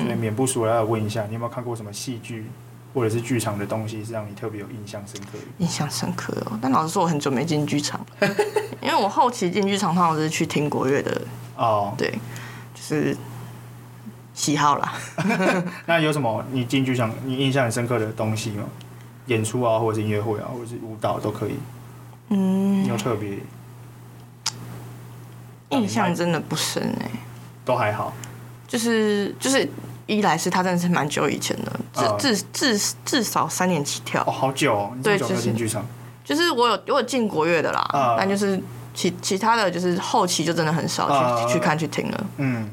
[SPEAKER 1] 所以
[SPEAKER 2] 嗯，
[SPEAKER 1] 免不俗要问一下，你有没有看过什么戏剧或者是剧场的东西是让你特别有印象深刻的？
[SPEAKER 2] 印象深刻哦。但老实说，我很久没进剧场了，因为我后期进剧场，通常都是去听国乐的，
[SPEAKER 1] 哦，
[SPEAKER 2] 对，就是喜好啦。
[SPEAKER 1] 那有什么你进剧场你印象很深刻的东西吗？演出啊，或者是音乐会啊，或者是舞蹈都可以。
[SPEAKER 2] 嗯
[SPEAKER 1] 你，有特别
[SPEAKER 2] 印象真的不深哎、
[SPEAKER 1] 都还好，
[SPEAKER 2] 就是就是一来是他真的是蛮久以前的
[SPEAKER 1] 啊，
[SPEAKER 2] 至至至至少三年起跳
[SPEAKER 1] 哦，。好久哦，你这么
[SPEAKER 2] 对
[SPEAKER 1] 久没
[SPEAKER 2] 就
[SPEAKER 1] 有
[SPEAKER 2] 是
[SPEAKER 1] 进剧场，
[SPEAKER 2] 就是我有我有进国乐的啦
[SPEAKER 1] 啊，
[SPEAKER 2] 但就是其其他的就是后期就真的很少
[SPEAKER 1] 啊
[SPEAKER 2] 去去看去听了。
[SPEAKER 1] 嗯，